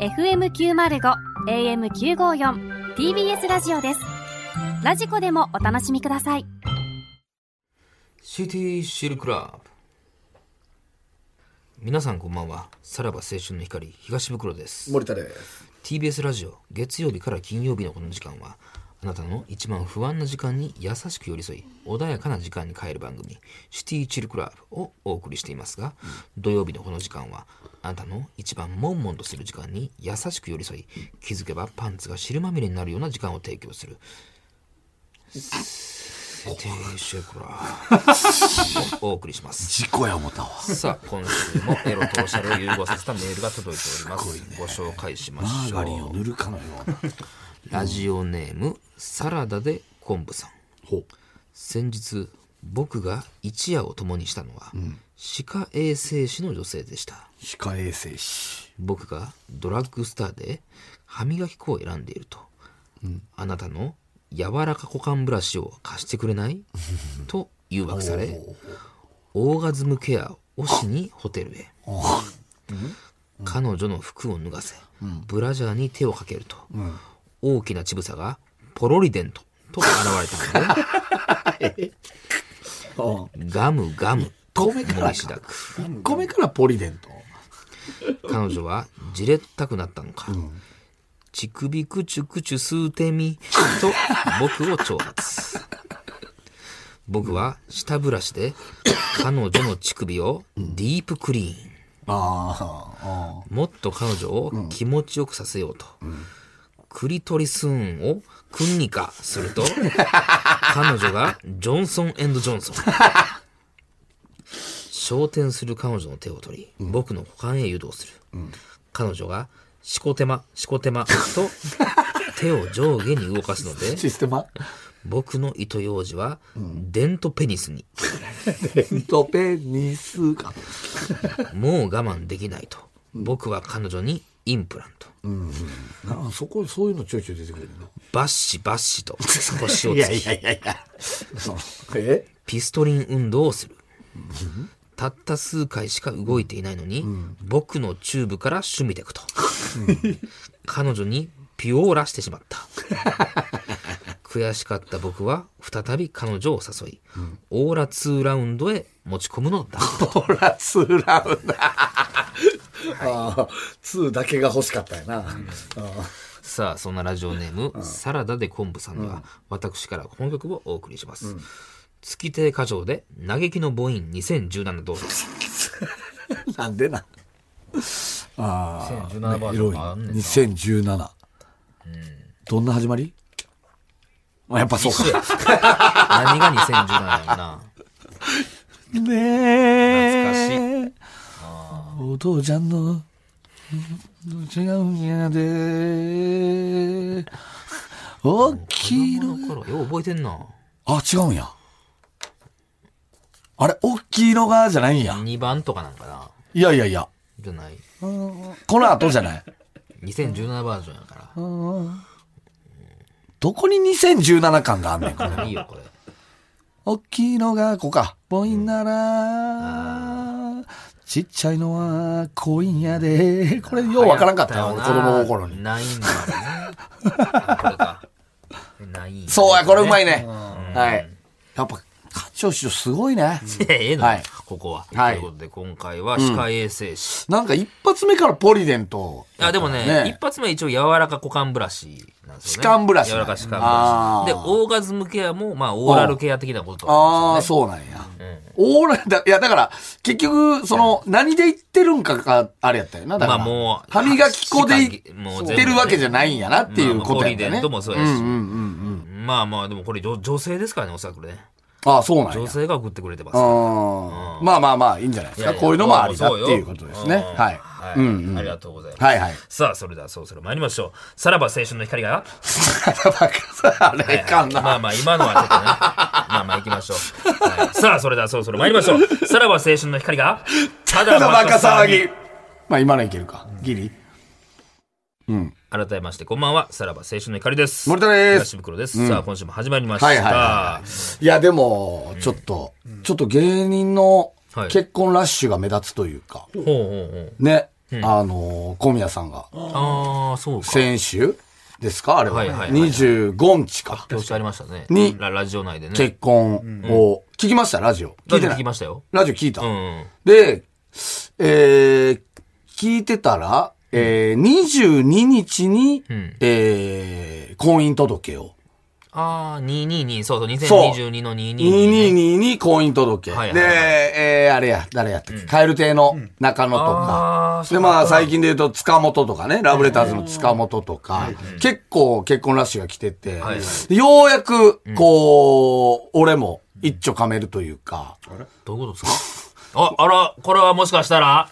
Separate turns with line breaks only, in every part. FM905 AM954 TBS ラジオですラジコでもお楽しみください
シティシルクラブ皆さんこんばんはさらば青春の光東袋です
森田です。
TBS ラジオ月曜日から金曜日のこの時間はあなたの一番不安な時間に優しく寄り添い穏やかな時間に変える番組「シティチルクラブ」をお送りしていますが土曜日のこの時間はあなたの一番悶々とする時間に優しく寄り添い気づけばパンツが汁まみれになるような時間を提供する「シティチルクラブ」をお送りします。
事故や思ったわ。
さあ今週もエロとおしゃれを融合させたメールが届いておりますご紹介しま
マー
しょ
ガリンを
う
塗るかのような。
ラジオネームサラダで昆布さん
ほ
先日僕が一夜を共にしたのは、歯科衛生士の女性でした
歯科衛生士。
僕がドラッグスターで歯磨き粉を選んでいると、あなたの柔らか股間ブラシを貸してくれないと誘惑されオーガズムケアをしにホテルへ彼女の服を脱がせ、ブラジャーに手をかけると、大きな乳房がポロリデントと現れたのでガムガムと
米から
盛りしだ
か。
く
1個目からポリデント。
彼女はじれったくなったのか、乳首くちゅくちゅ吸うてみと僕を挑発僕は舌ブラシで彼女の乳首をディープクリーン
ああ。
もっと彼女を気持ちよくさせようと、クリトリスーンをクンニカする と彼女がジョンソンジョンソン昇天する彼女の手を取り、僕の股間へ誘導する、彼女がしこ手間しこ手 間と手を上下に動かすの で
システマ。
僕の糸ようじはデントペニスに
デントペニスか。
もう我慢できないと僕は彼女にインプラント、
なあ、そこ、そういうのちょいちょい出てくるの。
バッシバッシ と腰を
い
つ
や
き
いやいやいや。その、 え
ピストリン運動をする。たった数回しか動いていないのに、僕のチューブから趣味でくと。彼女にピオーラしてしまった。 悔しかった僕は再び彼女を誘い、オーラ2ラウンドへ持ち込むのだ。
ほら、ツー ラウンダー。ああ、ツーだけが欲しかったよな。ああ
さあそんなラジオネーム、サラダで昆布さんでは、私からこの曲をお送りします、月亭花鳥で嘆きの母音2017どうぞ
なんでな。ああ、
2017バージョンがあんねんな
2017、どんな始まりまあやっぱそうか。
何が2017やんな懐
ねえ。お父ちゃんの、違うんやで。おっきい
子
の。
供の頃よう覚えてんな
あ、違うんや。あれ、おっきいのがじゃないんや。
2番とかなんかない
やいやいや。
じゃない
この後じゃない。
2017バージョンやか
どこに2017感があんねん、これ
らいいよこれ
おっきいのがこか。ボインなら、ちっちゃいのは恋やで。これようわからんかったよ、
流
俺
行
子供の頃に。
ないんだ よねこれかない
そうや、これうまい
ね
ね。はい。やっぱ、課長師匠すごいね。
いやええのよ、
はい
ここは、
はい
ということで今回は歯科衛生士、
なんか一発目からポリデント。
いやでもね
ね
一発目は一応柔らか股間ブラシなんですよね
歯間ブラシ
柔らか歯間
あ
ブ
ー
ラシでオーガズムケアもまあオーラルケア的なこと
あ
なん
あ、
ですよね
そうなんや。オーラだ、いや、だから、結局、その、何で言ってるんかが、あれやったよな。だから
まあもう
歯磨き粉で言
もう全部ね
ってるわけじゃないんやなっていうことや
まあまあ
った
ポリ
よ
デン
ね。
トもそうやし
んうんうんうん。
まあまあでもこれ女女性ですからねおそらくね
ああ、そうなんや
女。性が送ってくれてますから
あーまあまあまあ、いいんじゃないです
いや
か。
いや
こういうのもありだっ
そ
て
よ
いうことですね。
うん
はい。
はい、
うんうん
ありがとうございます、
はい はい。
さあそれではそろそろ参りましょうさらば青春の光が
あれかな。
まあまあ今のはちょっ とねまあまあ行きましょう、はいさあそれではそろそろ参りましょう さらば青春の光がただ
ただバカ騒
ぎ
ぎ。まあ今のいけるか。ギリ
改めましてこんばんはさらば青春の光です
森田です
東袋です、さあ今週も始まりました、
はいはいはいはい。いや、でも、ちょっと、ちょっと芸人の
はい
結婚ラッシュが目立つというか。
ほうほうほう
ね。あの、小宮さんが、
ああ、そうか。
先週ですかあれは。
はいはいはい
25日か。
表紙ありましたね。
に
ララジオ内でね。
結婚を、聞きましたラジオ。聞
ラジ
い
オ
てな
聞き
い
ましたよ。
ラジオ聞いた。
うん。
で、えー、聞いてたら、えー、22日に、
ん
えー、婚姻届を。
ああ、222、そうそう、
そう
2022の222、ね。
222に婚姻届。
はいはい
で、
はい
えー、あれや、誰やったっけ、蛙亭の中野と
あー
か。
そう
で、
か
まあ、最近で言うと、塚本とかね、ラブレターズの塚本とか、結構結婚ラッシュが来てて、
はいは
ようやく、こう、俺も一丁噛めるというか、
どういうことですか あ、あら、これはもしかしたら、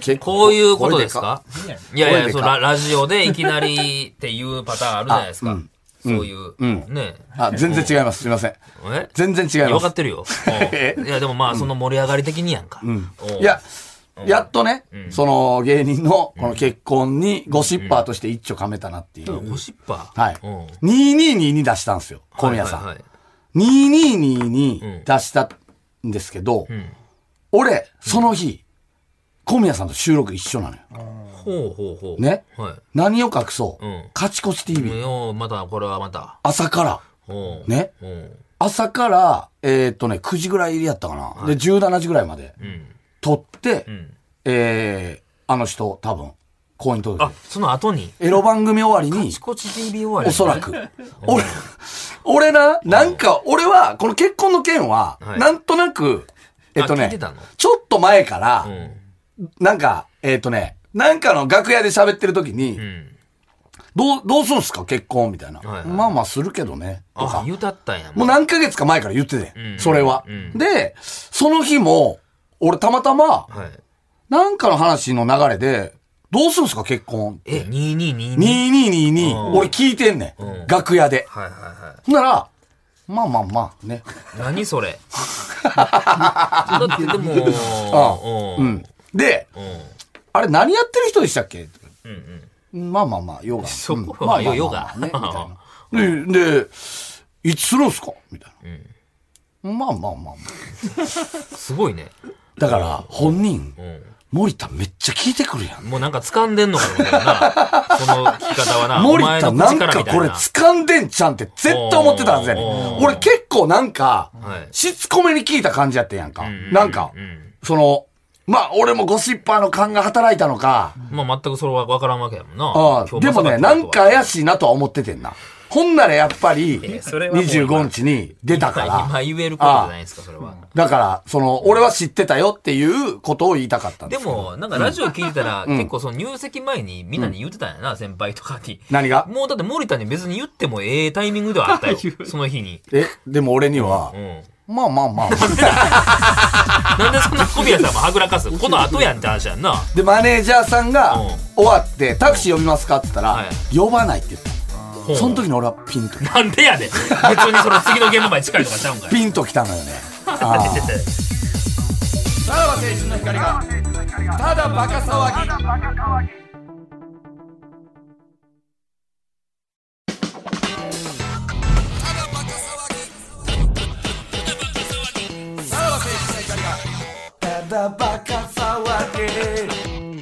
結構
こういうことですかいやい
声
や、
で
そ
か
うララジオでいきなりっていうパターンあるじゃないですか。そういう。ね
あ、全然違います。すいません。
え
全然違いま
分か
す
っ。てる よ。
え
うんいや、でもまあ、その盛り上がり的にやんか。おう
いや、やっとね、その芸人のこの結婚にゴシッパーとして一丁噛めたなっていう。
ゴシッパー。
はい。
うん
2222出したんですよ、小宮さん。
はいはいはい
2222出したんですけど、俺、その日、小宮さんと収録一緒なのよ。
ほうほうほう。
ね
は
何を隠そう、
うん
カチコチ
い。もう
TV。
ようまた、これはまた。
朝から、
おう
ね。
おう
朝から、えーっとね、9時ぐらいやったかな。で、17時ぐらいまで
うん。
撮って、
ん
えー、あの人、多分、婚姻届
あ、その後に。
エロ番組終わりに
チ、コチ TV 終わり。
おそらく。俺、俺な、なんか、俺は、この結婚の件は、
はい
なんとなく、えっと
あ聞い
ね
てたの、
ちょっと前か
う
ら、
ん。
なんか、えっとね、なんかの楽屋で喋ってる時に、
うん。
どう、どうするんすか結婚みたいな。
はいはい
まあまあするけどね。と
あ
か、。
言うたったんや。
もう
な、
何ヶ月か前から言ってて、
うん
それは、
うん
で、その日も、俺たまたま、
はい。
なんかの話の流れで、どうするんすか結婚って
え、2222。
2222、俺聞いてんねん。
うん
楽屋で。
はいはいは
ほんなら、まあまあまあね。
い。何そ れ。だってでも、
う
うん。
ん。で、
う
あれ何やってる人でしたっけ
ん。うん。
まあまあまあ、ヨガ。
そこは
うんまあまあ
ヨ
ま
ガ
あまあね、みたいな。で、で、いつするんすかみたいな。まあまあまあまあ。
すごいね。
だから、本人、
う
森田めっちゃ聞いてくるやん
ん。。もうなんか掴んでんのかと思ったよ な。この聞き方はな。
森
お前
田
の
な
口
ん
から
か
みたい
これ
な。
掴んでんちゃんって絶対思ってたはずやねん
おー
俺結構なんか
はい、
しつこめに聞いた感じやってんやんか。なんか
う、ん。
その、まあ俺もゴシッパーの勘が働いたのか、
まあ全くそれは分からんわけやもんな。
ああ
今日
でも
ま
ね、
さ今
な
日
んか怪しいなとは思っててんな。ほんならやっぱり、
やそれはもう今
25日に出たか
今
ら、
言えることじゃないですか、それは。
だから、その、俺は知ってたよっていうことを言いたかったんで
です
けど。
も、なんかラジオ聞いてたら、結構その入籍前にみんなに言ってたんやな、先輩とかに。
何が
もうだって森田に別に言ってもええタイミングではあった よ。その日に。
え、でも俺には
う、ん。
まあまあまあ。
なんでそんな小宮さんもはぐら かすこの後やんって話やんな。
で、マネージャーさんが
うん
終わって、タクシー呼びますかって言ったら
は、
呼ばないって言った。
ほう
その時に俺はピンと、
なんでやで。別にその次の現場まで近いとかちゃうんかい。
ピンときたのよね。ああさらば青春の光が、ただバカ騒ぎ。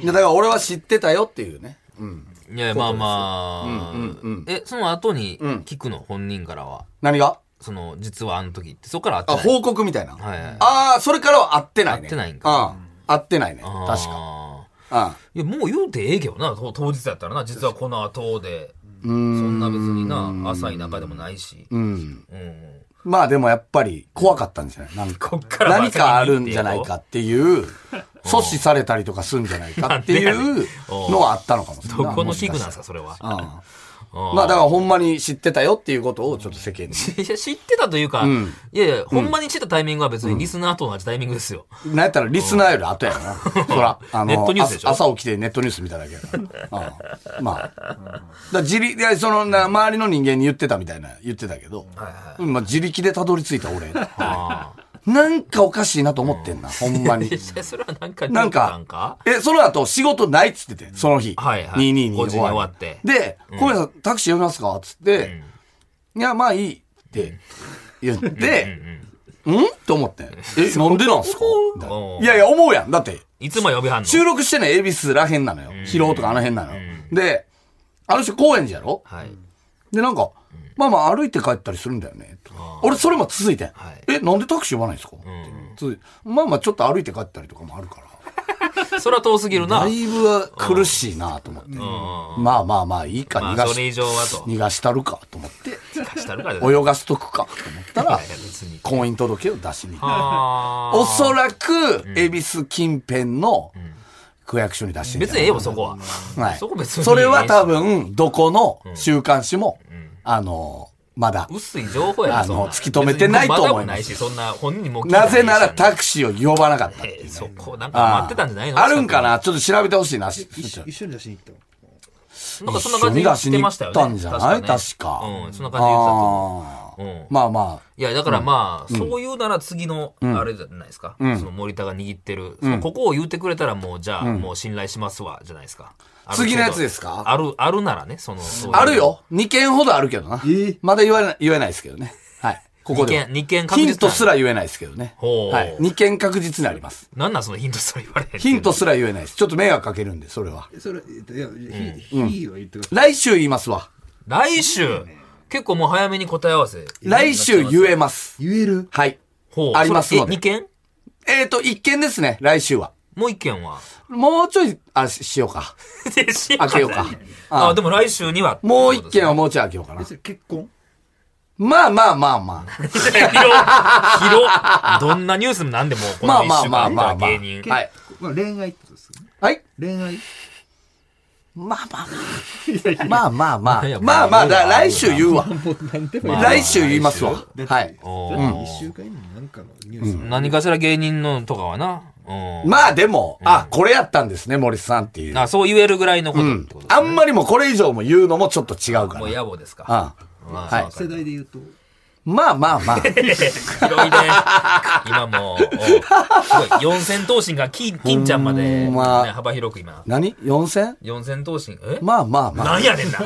いやだから俺は知ってたよって いうね。うん。
いや、まあまあ、
うんうんうん
え、その後に
ん
聞くの、本人からは。
何が
その、実はあの時って、そこからあって
あ、
ない。
報告みたいな。
はいはい
ああ、それからは会ってないね。
会ってないんか。
うん。会ってないね。
あー
確か。うん。
いや、もう言うてええけどな、と当日やったらな、実はこの後で。そんな別にな、浅い中でもないし。
うん。
うん。
まあでもやっぱり怖かったんじゃないなん か
こっから
何かあるんじゃないかっ ていう、阻止されたりとかするんじゃないかってい
なんでやね
うん
おう
のはあったのかもしれない。
どこの器具なん
な
ですか、それは。
まあだからほんまに知ってたよっていうことをちょっと世間に。
いや、知ってたというか、
ん
いやいや、ほんまに知ったタイミングは別にリスナーと同じタイミングですよ。
なんやったらリスナーより後やな。そら、あ
ネットニュースでしょ
朝朝起きてネットニュース見ただけやから。うんまあ。だから自力で、そのな、周りの人間に言ってたみたいな言ってたけど、うんまあ自力でたどり着いた俺。
ああ。
なんかおかしいなと思ってんな、ほ んまに
い。やそれはなんか、
なん
な
か
んか、
え、その後仕事ないっつってて、その日。
はいはい
222
五時に終わって
で、小宮さんタクシー呼びますかっつって、いや、まあいいって言って、んと思って。え、なんでなんすかみたい
お
な
う
いやいや、思うやん。だって、
いつも呼びはんの。
収録してない恵比寿らへんなのよ。広尾とかあの辺なのよ。で、あの人高円寺やろ
はい。
で、なんか、まあまあ歩いて帰ったりするんだよね。とか俺、それも続いてん
はい。
え、なんでタクシー呼ばないんですかって続いてまあまあ、ちょっと歩いて帰ったりとかもあるから。
それは遠すぎるな。
だ
う
いぶは苦しいなと思って。
ん。
まあまあまあ、いいか、
まあ
逃が
それ以
し、
上はと
逃がしたるかと思って、
貸したるからだよ。
泳がしとくかと思ったら
いやいや別に、
婚姻届を出しに行った。
あー
おそらく、恵比寿近辺の区役所に出してんじゃ
別
な
にえ
い
えよ、そこは。
はい。
そこ別に
それは多分、どこの週刊誌も、あの、まだ。
薄い情報や
あ
な、
の
そんな
突き止めてないと思いま
別にまだもな
す
いし、そんな本人にも聞いて
なぜなら
し
タクシーを呼ばなかったって
え
い
ー
う。
そこ、なんか
あ
待ってたんじゃない
ー
の
あるんかなちょっと調べてほしいな。
一緒一緒に出しに行ったの
なんかそんな感じで言ってましたよね。
一緒に出しに行ったんじゃ
確か
ない
ね
確
うん、そんな感じで言ってたと思
あ
う。うん
ー。まあまあ。
いや、だからまあ、そういうなら次の、あれじゃないですか。その森田が握ってる、そのここを言ってくれたらもう、じゃあ、もう信頼しますわ、じゃないですか。ある程度
次のやつですか
ある、あるならね、その、そういう
ある。よ。2件ほどあるけどな
え。
まだ言わない、言えないですけどね。はい。ここでは。
二件二件確実
ヒ
な
ントすら言えないですけどね。
ほう
はい。2件確実にあります。
なんなんそのヒントそれ言われへんっていうの。
ヒントすら言えないです。ちょっと迷惑かけるんで、それは。
えそれえっといやひ、ひは言ってくださ
来週言いますわ。
来週、結構もう早めに答え合わせ。
来週言えます。
い言える
はい。
ほ
ありますので
2件
えっ、と、1件ですね、来週は。
もう1件 は。
もうちょい、あ、ししようか。
開
開けようか。
あ
あ
でも来週には。
もう1件はもうちょい開けようかな
え。それ結婚
まあまあまあまあ。
広っ広っどんなニュースもなんでも、こ
ま
の
あ
一
まあ
週
ま
間
あまあ
か
まあ。
芸人。
はい。
まあ恋愛ってことですよね
はい。
恋愛
まあまあまあ。まあまあま
いや
あ。
いやま
ま
あ
あまあ、だ来週言うわ。
もう何でも
まあ
来週言いますわ。
だ
は
って
い。
お
だっ
ー
て 一週間以内に何かのニュースが
何かしら芸人のとかはな。うん。
まあでも、あ、これやったんですね、森さんっていう。
あ、そう言えるぐらいのこ
う
とっ
ん
てこと。です
あ
ね
んまりもこれ以上も言うのもちょっと違うか
もう
ら。
野暮ですか。
ああ
ま
はい
わか
世
る
代で言うと
まあま あまあ。
広いね。 今もう、おすごい。四千頭身が金、金ちゃんまで、ね
ほんま
幅広く今。
何 ?4000?
四千頭身、え
まあまあまあ。
なんやねんな。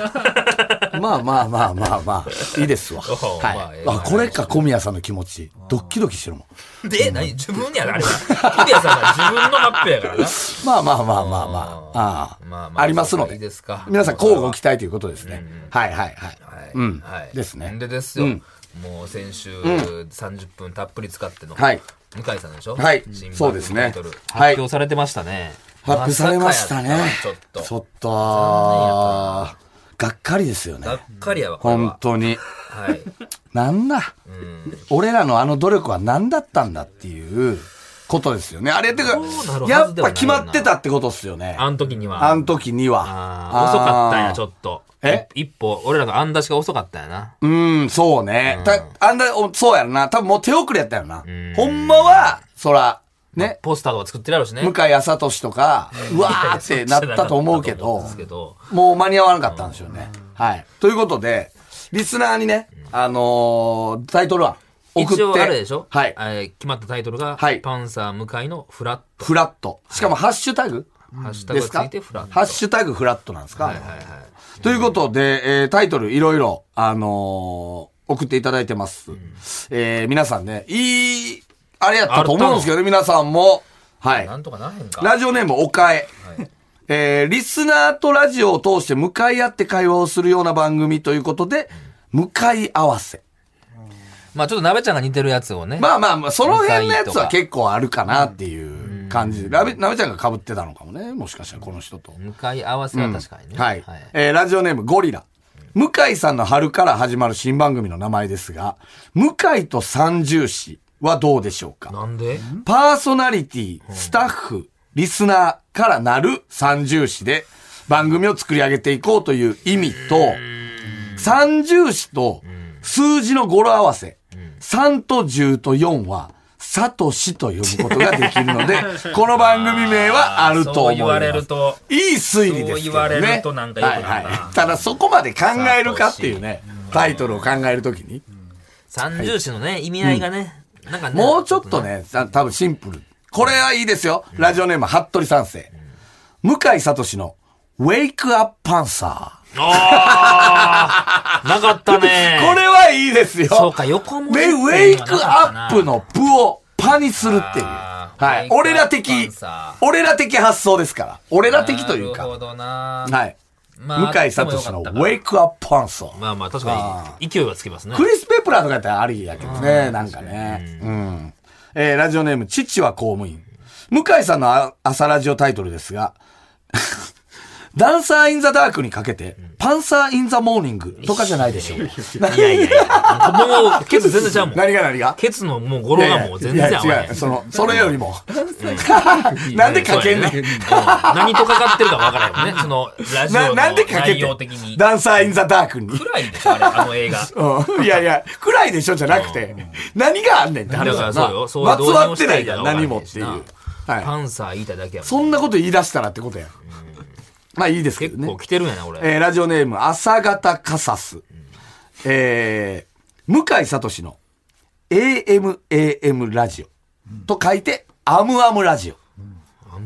まあまあまあまあまあ、いいですわ。
おうまあ
は
ええ
い。あ、これか、小宮さんの気持ち。ドッキドキしてるもん。
で、何自分やで、あれは。小宮さんが自分の発表やからな。
まあまあまあまあまあ。ああありますの
い
で
いですか。
皆さん、交互期
待。
待ということですね。はいはいはい。
はい。
うん
はい。
ですね
でですよ
うん。
もう先週、30分たっぷり使っての。
はい。
向井さんでしょ
はい
新
そうです
番
ね
組のタイトル
はい
発表されてましたね。
発表されましたね
まさかやったわち
ち
ょ
ょ
っ
っと、がっかりですよ
と。がっ
ね。
かりやわ、これ
本
は。
当に。
はい。
なんだ。俺らのあの努力は何だったんだっていうことですよね。あれってか
そうなるはずではない、な
やっぱ決まってたってことですよね。
あの時には。
あの時には。
あー遅かったんや、ちょっと。
え
一歩、俺らの案出しが遅かったんやな。
うーん、そうね。た、あんだ、おそうやろな。多分もう手遅れやったよな。ほんまは、そら、ね、
ポスターとか作ってるやろ うしね。
向井朝俊とか、うわーってなったと思うけ
そ
ど
うじゃなかったと思うんです、けど
もう間に合わなかったんですよね。はい。ということで、リスナーにね、あのータイトルは送って。
一応あれでしょ
はい
え。ー決まったタイトルが、
はい
パンサー向井のフラット。
フラット。しかもハッシュタグ
ハッシュタ
で
グ
す
がつ
か
いてフラット。
ハッシュタグフラットなんですか
はいはいはい。
ということで、えータイトルいろいろ、あのー送っていただいてます。えー皆さんね、いい、あれやったと思うんですけどね、皆さんも。はい
な。んとかならへんか。
ラジオネーム、おかえ。
はい
えーリスナーとラジオを通して向かい合って会話をするような番組ということで、向かい合わせ。
まあちょっと鍋ちゃんが似てるやつをね。
まあまあまあ、その辺のやつは結構あるかなっていう感じで。ラベなべちゃんが被ってたのかもね。もしかしたらこの人と。
向かい合わせは確かにね。
はい。えーラジオネームゴリラ。向井さんの春から始まる新番組の名前ですが、向井と三重視はどうでしょうか
なんで
パーソナリティ、スタッフ、リスナーからなる三重視で番組を作り上げていこうという意味と、三重視と数字の語呂合わせ、3と10と4は、サトシと呼ぶことができるの で、この番組名はあると思
そう
い
言
ま
わ
す。
れると。
いい推理ですけどね。
そう言われるとなんか良くなるな
はいはい。ただそこまで考えるかっていうね、タイトルを考えるときに。
三重視のね、意味合いがね。なんかね。
もうちょっと。ね、た多分シンプル。これはいいですよ。ラジオネーム、服部三世。向井聡の、ウェイクアップパンサー。
あ あなかったね。
これはいいですよ。
そうか、横文字って
で、
いう
ウ
のは
ェイ
な
ク
かった
ア
な
ップのプをパにするっていう。
あー
は
ウェイ
い。
クアップ
俺ら的
パンサ、
俺ら的発想ですから。俺ら的という
なるほ
か。
どな。
はい。
まあ
向井聡のウェイクアップパンサー。
まあまあ、確かに勢いはつきますね
ク。リス・ペプラーとかやったらありやけどね、なんかね。うん。えーラジオネーム、父は公務員。向井さんのあ朝ラジオタイトルですが、 ダンサー・イン・ザ・ダークにかけて、パンサー・イン・ザ・モーニングとかじゃないでしょうか。
いやいやいや。もう、ケツ全然ちゃうもん。
何が何が
ケツのもう語呂がもう全然合
いや
わ
いや
へ
違
ん
う。。その、それよりも。 なんでかけんねん
そうやうん何とかかってるかわからへんね。その、ラジ
な
オの
なんでかけ
内
て
容的に。
ダンサー・イン・ザ・ダークに。
暗いんでしょ、あれ、あの 映画。
うんいやいや、暗いでしょじゃなくて、何があんねんって
だ
話
からそうよ
な。
そう
まつわってない
ど
や、
うんにもしたい
何
んだろ
も
う
って
な
いう。は
パ
い。
ンサー言いただけやもん。
そんなこと言い出したらってことやん。まあいいですけ
結
どね
構。来てるんやな、俺。
えーラジオネーム、朝方カサス。えー向井聡の AMAM ラジオと書いて、アムアムラジオ。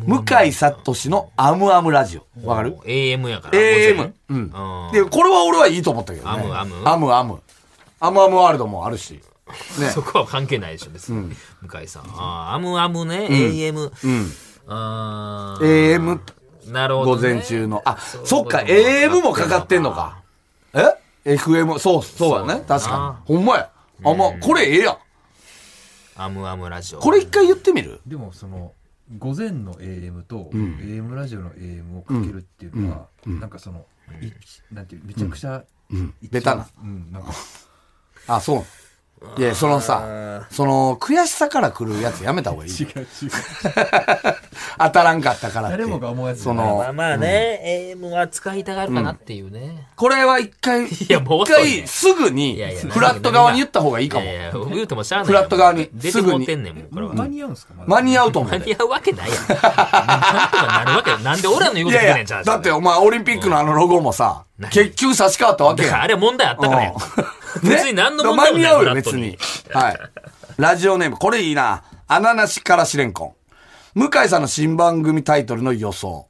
向井聡のアムアムラジオ。わかる
?AM やから。
?AM。う
うん
ん。。で、これは俺はいいと思ったけどね。
アムアム
アムアム。アムアムワールドもあるし。ね。
そこは関係ないでしょ、別に。向井さん。あーアムアムね、AM。
うん。
あー
AM
なるほど
午
ね。
前中の。あ、
そう
そっか、AM もかかってんのか。え ?FM、そう、そうやね。確
そうやな
かに。ほんまや。あ、まあ、これええやん。
アムアムラジオ。
これ一回言ってみる
でもその午前の AM と AM ラジオの AM をかけるっていうのは、なんかその、いなんていうめちゃくちゃ、一番
ベタな、
うん、なんか
あ、そう。いや、そのさ、その、悔しさから来るやつやめた方がいい。
違う違う
当たらんかったからって。
誰もが思うやつ
そ
まあ
の、
まあね、AM は使いたがるかなっていうね。
これは一回、
やもう
一
遅 いね
回すぐに
いやいや、
フラット側に言った方がいい
い
かも
や。いや、僕言うてもしゃあない。
フラット側に
出てもうてんねん、もうこれは。
間に合うんですかまだ
間に合うと思う
間
で。
に合うわけないやん。なんとかなるわけなんで俺らの言うこ
い
と聞け
や
ね
い
んじゃ
や、
あ。
だってお前オリンピックのあのロゴもさ
何、
結局差し替わったわけ
だから
や
あ
ん。
れ問題あったからやん。
うん
別に何の問題もない
間に合う
フ
よ、
ラット
別
に
に。はい。ラジオネーム、これいいな。アナナシからしれんこん。向井さんの新番組タイトルの予想。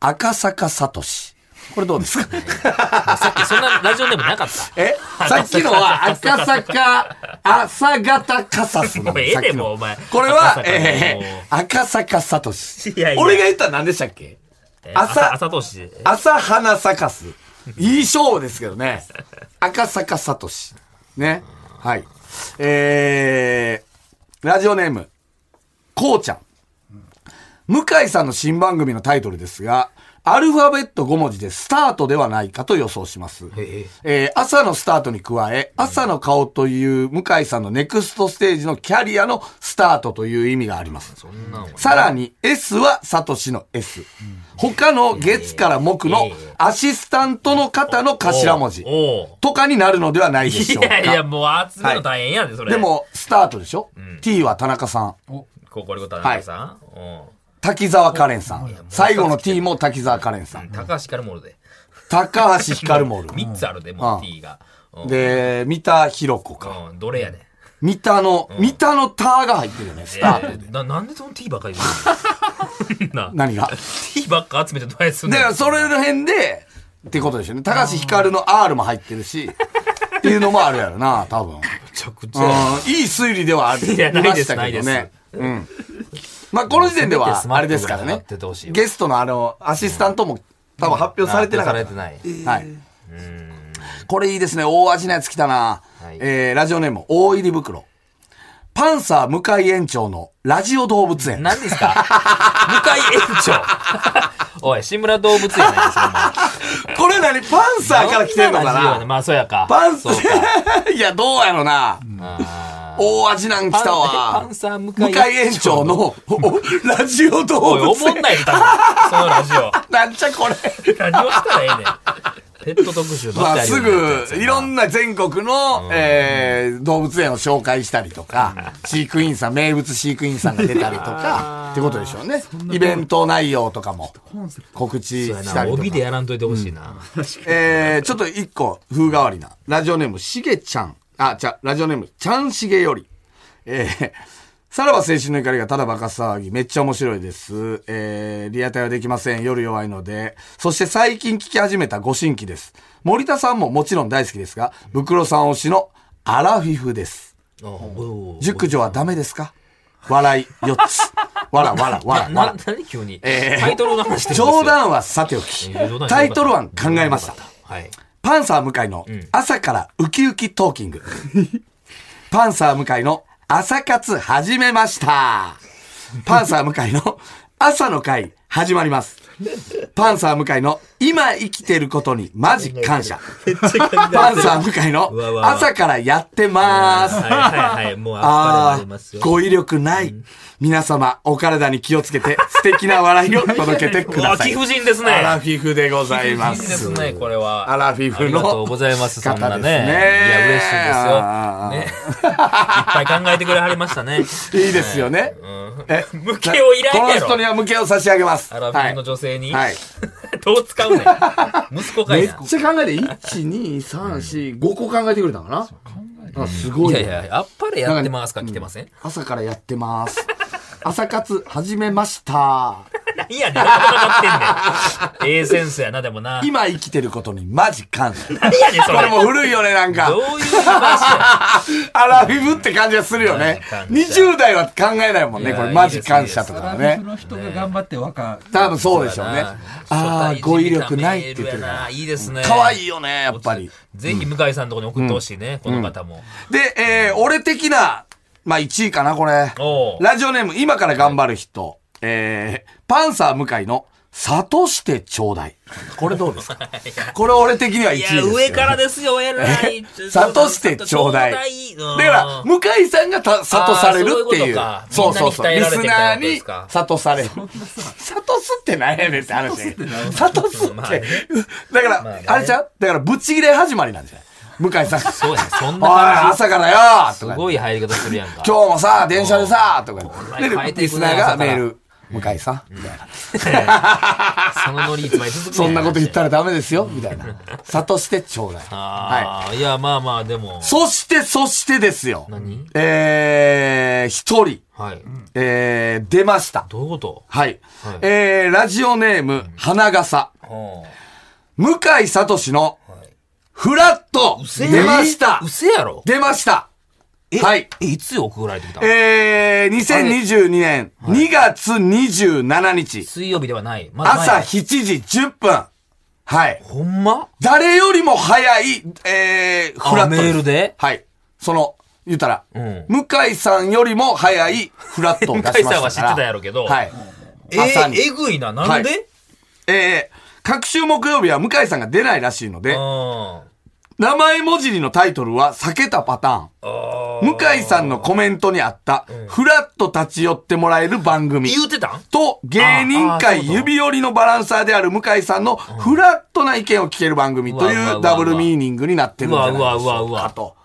赤坂さとし。これどうですか
さっきそんなラジオネームなかった。
えさっきのは赤坂、朝方カサスな
も
ん
うえ
で
え
さっ
で
き
もう
の
お前。
これ
赤、坂
は
の
え
もう
ー、赤坂さとし
いやい。や
俺が言ったの何でしたっけ
え
朝
朝通し。
朝花咲かす。いい勝負ですけどね。赤坂さとし。ね。はい。えー、ラジオネーム、こうちゃん。向井さんの新番組のタイトルですが、アルファベット5文字でスタートではないかと予想します。
え
えー朝のスタートに加え、朝の顔という向井さんのネクストステージのキャリアのスタートという意味があります。
そんなんは
さらに S はサトシの S。他の月から木のアシスタントの方の頭文字
おうおう
とかになるのではないでしょう
い
か。
やいや、もう集めるの大変やで、それ。
で、も、スタートでしょ、?T は田中さん。
ここにこたなさん。うん
滝沢カレンさん。最後の T も滝沢カレンさん。
高橋からもおるで。
高橋ひかるもる。
3つあるで、もう
う
ん T が。うん
で、三田博子か。
うんどれやねん。
三田の、三田のターが入ってるよね、スタートで。
えーななんでその T ばっかり 言うのな
何が
T ばっか集めてどないすん
だ
ねん
からそれの辺で、ってことでしょうね。高橋ひかるの R も入って るし、っていうのもあるやろな、多
め
分。
ちゃくちゃ
うんいい推理ではあり
いやない
ま
で
し
す
たけど
ない
ね
で。
うん。まあ、この時点では、あれですから
せめ
ね
てスマップぐらいになっててほしい。わ
ゲストのあの、アシスタントも多分発表されてなかっ
さ
た
れ。てない
はい。これいいですね。大味なやつ来たな。
はい
えーラジオネーム、大入り袋。パンサー向井園長のラジオ動物園。
何ですか向井園長 おい志村動物園やないですか
これ何パンサーから来てんのかな
まあそうやか
パンサ
そうか
ー、いや、どうやろな。
あー
大味なん来たわ。
パンサー向
向
井
井園長のラジオ動
おいお
物
もん
園。
ないで多分そのラジ オ
なんじゃ これ。
何をしたらええねんペット特集ば
ま
っ
あ、
かりや
す
るようになっ
ぐ
ちゃう、
いろんな全国の、えー動物園を紹介したりとか、飼育員さん、名物飼育員さんが出たりと か、ってことでしょうね。イベント内容とかも告知
そうや
した
な
りとか
帯。でやらんといてほしいな
えーちょっと一個、風変わりな。ラジオネーム、しげちゃん。あ、じゃラジオネーム、ちゃんしげより。えーさらば青春の怒りがただバカ騒ぎ、めっちゃ面白いです。えー、リアタイはできません。夜弱いので。そして最近聞き始めたご新規です。森田さんももちろん大好きですが、ブクロさん推しのアラフィフです。
あおー
熟女はダメですか笑い4つ。わらわらわらわ
な
ら。、
何急に、
えー
タイトルの話してるんですよ
冗談はさておき
えー冗談じゃなかっ、た
タイトル案考えました。
はい。
パンサー向井の朝からウキウキトーキング。 パンサー向井の朝活始めました。パンサー向井の朝の会始まります。パンサー向井の今生きてることにマジ感謝。パンサー向井の朝からやってます。
はいはいはい。もうあっぱれ
あ
になります
あ、
よ。
語彙力ない。皆様、お体に気をつけて、素敵な笑いを届けてください。
うわ貴婦人ですね
アラフィフでございま
いいですす。ね、これは。
アラフィフの
ありがとうございます、そんな
方
ね。
です
い
ね
や、嬉しいですよ。ね。いっぱい考えてくれはりました ね。
いいです よね。え、
向けをいらんやろ
この人には向けを差し上げます。
アラフィフの女性に。
はい。
どう使うねん。 息子か
はいめ
い
っ
な。
ちゃ考えて、1、2、3、4、5個考えてくれたかなあすご
い
い
や
ね。
いや、あっぱれやってますか、来てません。
朝からやってます。朝活始めました。
いやね、どこ戦ってんねん。ええセンスやな、でもな。
今生きてることにマジ感謝。
何やねん、そ
これ
れ。
もう古いよね、なんか
ど。ういう話
アラフィフって感じがするよね。
感謝
20代は考えないもんね。
いや
これマジ感謝と
ア
か
ラフィ
ね
フ。の人が頑張って若
多分そうでしょうね
や。
ああ、語彙力ないって言ってるから
な。。いいですね。
可愛いよね、やっぱり。
ぜひ向井さんのところに送ってほしいね、この方も。
で、えー、俺的な、まあ1位かな、これ。
おう
ラジオネーム、今から頑張る人。えー、パンサー向井の、諭してちょうだい。これどうです かこれ俺的には1位
い
です
や、
よ。
上 からですよ、偉い。
諭してちょうだい。
うん
だから、向井さんがた諭されるっていう。
あーそ
そ
いう
う
こ
う
とか
そうそう。
みん
リ
なに鍛えられ
スナ
てってことで
ーに
すか
諭される。諭すってなんやねんって話やけど諭すって。
まあね
だか
まあ
ら
ね、
あれちゃうだから、ぶち切れ始まりなんじゃない向井さん。
そうやね、そん
お、
ない感じ。
朝からよー
す
とか。
ごい入り方するやんか。
今日もさ、電車でさ、とか
前変え
で、
てい
リ
く
ス
ね
ナー
朝
が
か
メ
ら
ール、向井さんみたいな。
そのノリいつまで続くね
そんなこと言ったらダメですよ、みたいな。諭してちょうだい。はい。
ああ、いや、まあまあ、でも。
そして、そしてですよ。
何
えー、一人、
はい。
えー、出ました。
どういうこと
はい。
はい
えー、ラジオネーム、花笠。
は
向井聡の
あはい
フラット。出ました。
うせやろ
出ました。
え
はい。
え、いつ送られてきたの
えー、2022年2月27日、
水曜日ではない。まだ前
朝7時10分。はい。
ほんま
誰よりも早い、えー、フラットす
あメールで
はい。その、言ったら、
ん
向井さんよりも早いフラットを出しました
向
から
井さんは知ってたやろうけど
はい。
え
朝に
ー、えぐいな。なんで
えー、各週木曜日は向井さんが出ないらしいの
う
で
ん。、あ
名前文字りのタイトルは避けたパタ
あ
ーン。向井さんのコメントにあった、フラッと立ち寄ってもらえる番組。
言うてたん
と、芸人
ああそう
界
そう
指折りのバランサーである向井さんのフラットな意見を聞ける番組と
うわうわう
い
わ
うダブルミーニングになってるんじゃないでし
うわうわう
ょ
わ
う
うわ
かと。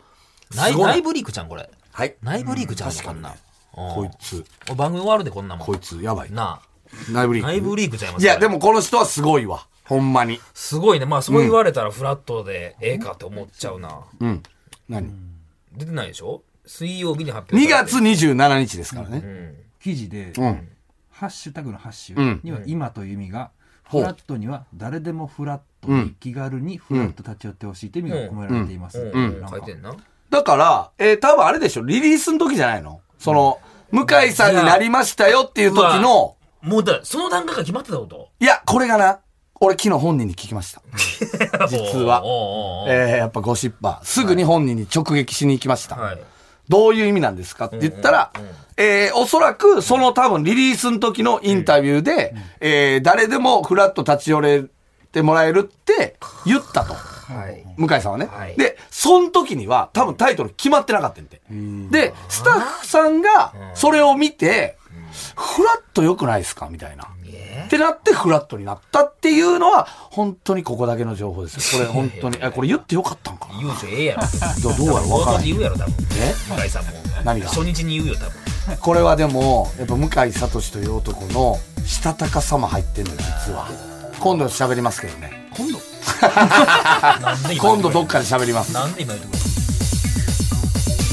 内
すごい
内部リークちゃん、これ。
はい。
内部リークちゃんだ、
確
こ
か
ん
に
な。。
なんこいつ、
お番組終わるで、こんなもん。
こいつ、やばい。
な
内部リ
あ。内
ー
部
ク。
リークちゃいます
いや、でもこの人はすごいわ。ほんまに。
すごいね。まあ、そう言われたらフラットでええかって思っちゃうな。
うん。何
出てないでしょ水曜日に発表
?2
されて
月27日ですからね。
記事で、
ん
ハッシュタグのハッシ
うん
ュには今という意味が、
ほう
フラットには誰でもフラットに気軽にフラット立ち寄ってほしいという意味が込められています。
うん
なん
うん
か
書いてんな。
だから、えー、多分あれでしょ、リリースの時じゃないのその、向井さんになりましたよっていう時の、
もうだ、その段階が決まってたこと
いや、これがな、俺昨日本人に聞きました。実は
おうおうおう
えー、やっぱゴシッパー。すぐに本人に直撃しに行きました。
はい。
どういう意味なんですかって言ったら、えー、おそらく、その多分リリースの時のインタビューで、えー、誰でもフラッと立ち寄れてもらえるって言ったと。
はい。
向井さんはね。
はい
で、その時には多分タイトル決まってなかったんで。で、スタッフさんがそれを見て、フラッと良くないですかみたいな。ってなってフラットになったっていうのは、本当にここだけの情報ですよ。これ本当に。あこれ言ってよかったんかな
言うてええやろ。
どどうやろわ
冒
か
頭
らな
で
い。
言うやろ、多分。
え
向井さんも。
何が
初日に言うよ、多分。
これはでも、やっぱ向井聡という男の、したたかさも入ってんのよ、実は。今度喋りますけどね。
今度今
今度どっかで喋ります。
なんで今言うてくる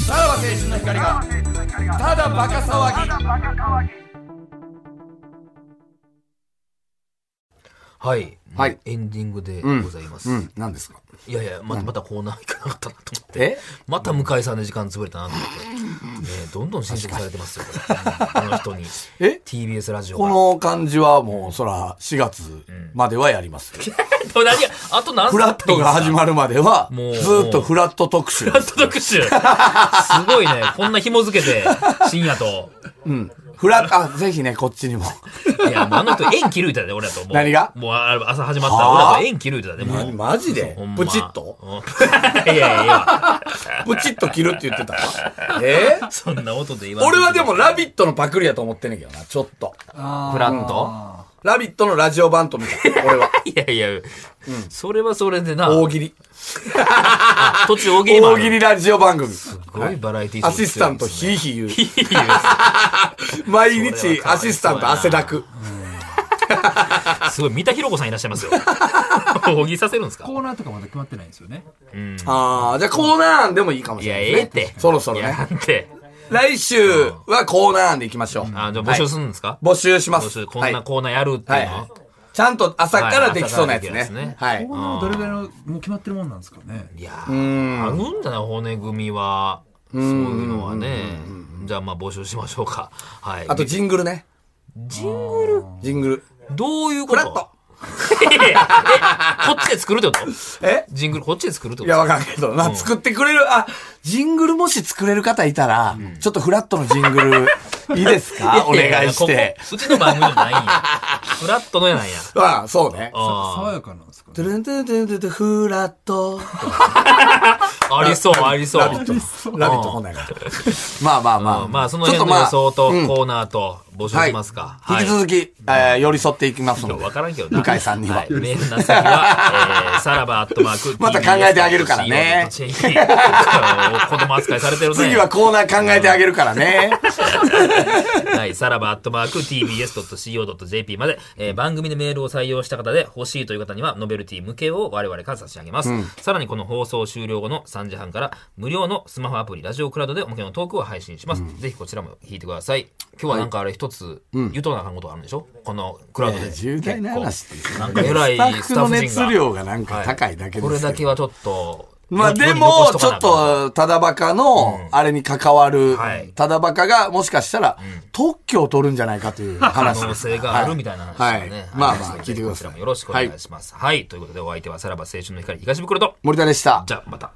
さらば青春の光がただバカ騒ぎ
はい、
はい
エンディングで
うん
ございます、
うん何ですか
いやいやまたまたコーナー行かなかったなと思って
え
また向井さんの時間潰れたなと思って、ねえ、どんどん侵食されてますよこれあの 人に
え
TBS ラジオ
こ
が
の感じはもうそら4月まではや りますよ、
何があと何
フラットが始
る
まるまでは
もう
ずーっとフラット特 集
フラット特集すごいねこんな紐付けて深夜と
フラットあぜひねこっちにも
いやもうあの人縁切るいたで俺らともう
何が
もうあ朝始まったら
はあ
俺らと縁切るいたでもう
マジで
ほんま
プチ ッと
うんいやいやいや
プチッと切るって言ってたえー
そんな音で言わんと
俺はでも「ラビット!」のパクリやと思ってんねんけどなちょっと
フラット
「ラビット!」のラジオ版と見た 俺は
いやいや、それはそれでな
大喜利
途中大喜利もあ
大
る
喜利ラジオ番組
すごいバラエティー
アシスタント
ひ
ヒーヒー言う毎日アシスタント汗だく
すごい三田寛子さんいらっしゃいますよ大喜利させるんですか
コーナーとかまだ決まってないんですよね。
ああ、じゃあコーナー案でもいいかもし
い
れ
や
ない
え
ですね。
えって
そろそろ
いやな
ね。
んて
来週はコーナー案でいきましょう。
あじゃあ募集す
はい
るんですか、
募集しま
募
す。
集こん
は
ないコーナーやるっていうの、
はいちゃんと朝からできそうなやつ
はい朝からできる
ね
や。つね
はい
コ。ーナーはどれぐらいの、もう決まってるもんなんですかね。
いや
ん
ーあるんじゃない骨組みはそういうのはねじゃあまあ募集しましょうかはい
あとジングルね。
ジングル
ジングル。
どう いう
フ
こ
ラット
と。いやいやえこっちで作るってこと
え
ジングルこっちで作るってこ
いや、
と
わからんけど、な、作ってくれる、あ、ジングルもし作れる方いたら、ちょっとフラットのジングル、いいですかお願いし
やや
て
こ。こうちの番組じゃないんやフラットのやなんや
ああ、 そうね。
あ
爽やかなんですか
ト
ね。
ゥルントゥルントゥルントゥルンフラット。
ーありそうありそう
ラビット。ラビット本 来が。まあまあまあ。
まあその
ちょっと
辺の
まあ
予想と
うん
コーナーと募集しますか、
はい、引き続き、えー寄り添っていきますので
わ。からんけどな。
向井さんには
はいメールの先は、えー、さらばアットマーク。
また考えてあげるからね
TBS.CO.JP 子供扱いされてるね。
次はコーナー考えてあげるからね。
はい、さらばアットマーク tbs.co.jp まで、えー番組でメールを採用した方で欲しいという方にはノベルティ向けを我々から差し上げます、さらにこの放送終了後の3時半から無料のスマホアプリラジオクラウドでおまけのトークを配信します、ぜひこちらも聞いてください今日はなんかあれ一つ言うとなあかんことがあるんでしょ、このクラウドで、
重大な話っていう
なんか偉い
スタッフの
スタッフ
熱
陣が
量がなんか高いだけですけど
これだけはちょっと
まあ
記録
で
に残
も
し、と
ち
か
ょ
なあか
っ
ん
と、ただバカの、あれに関わる
はい、
ただバカが、もしかしたら、特許を取るんじゃないかという話。
可能性があるみたいな話で
は
す
い
ね、
はいまあまあ
は
聞いてください
こちらもよろしくお願いしますはい、ということでお相手はさらば青春の光東袋と
森田でした。
じゃあまた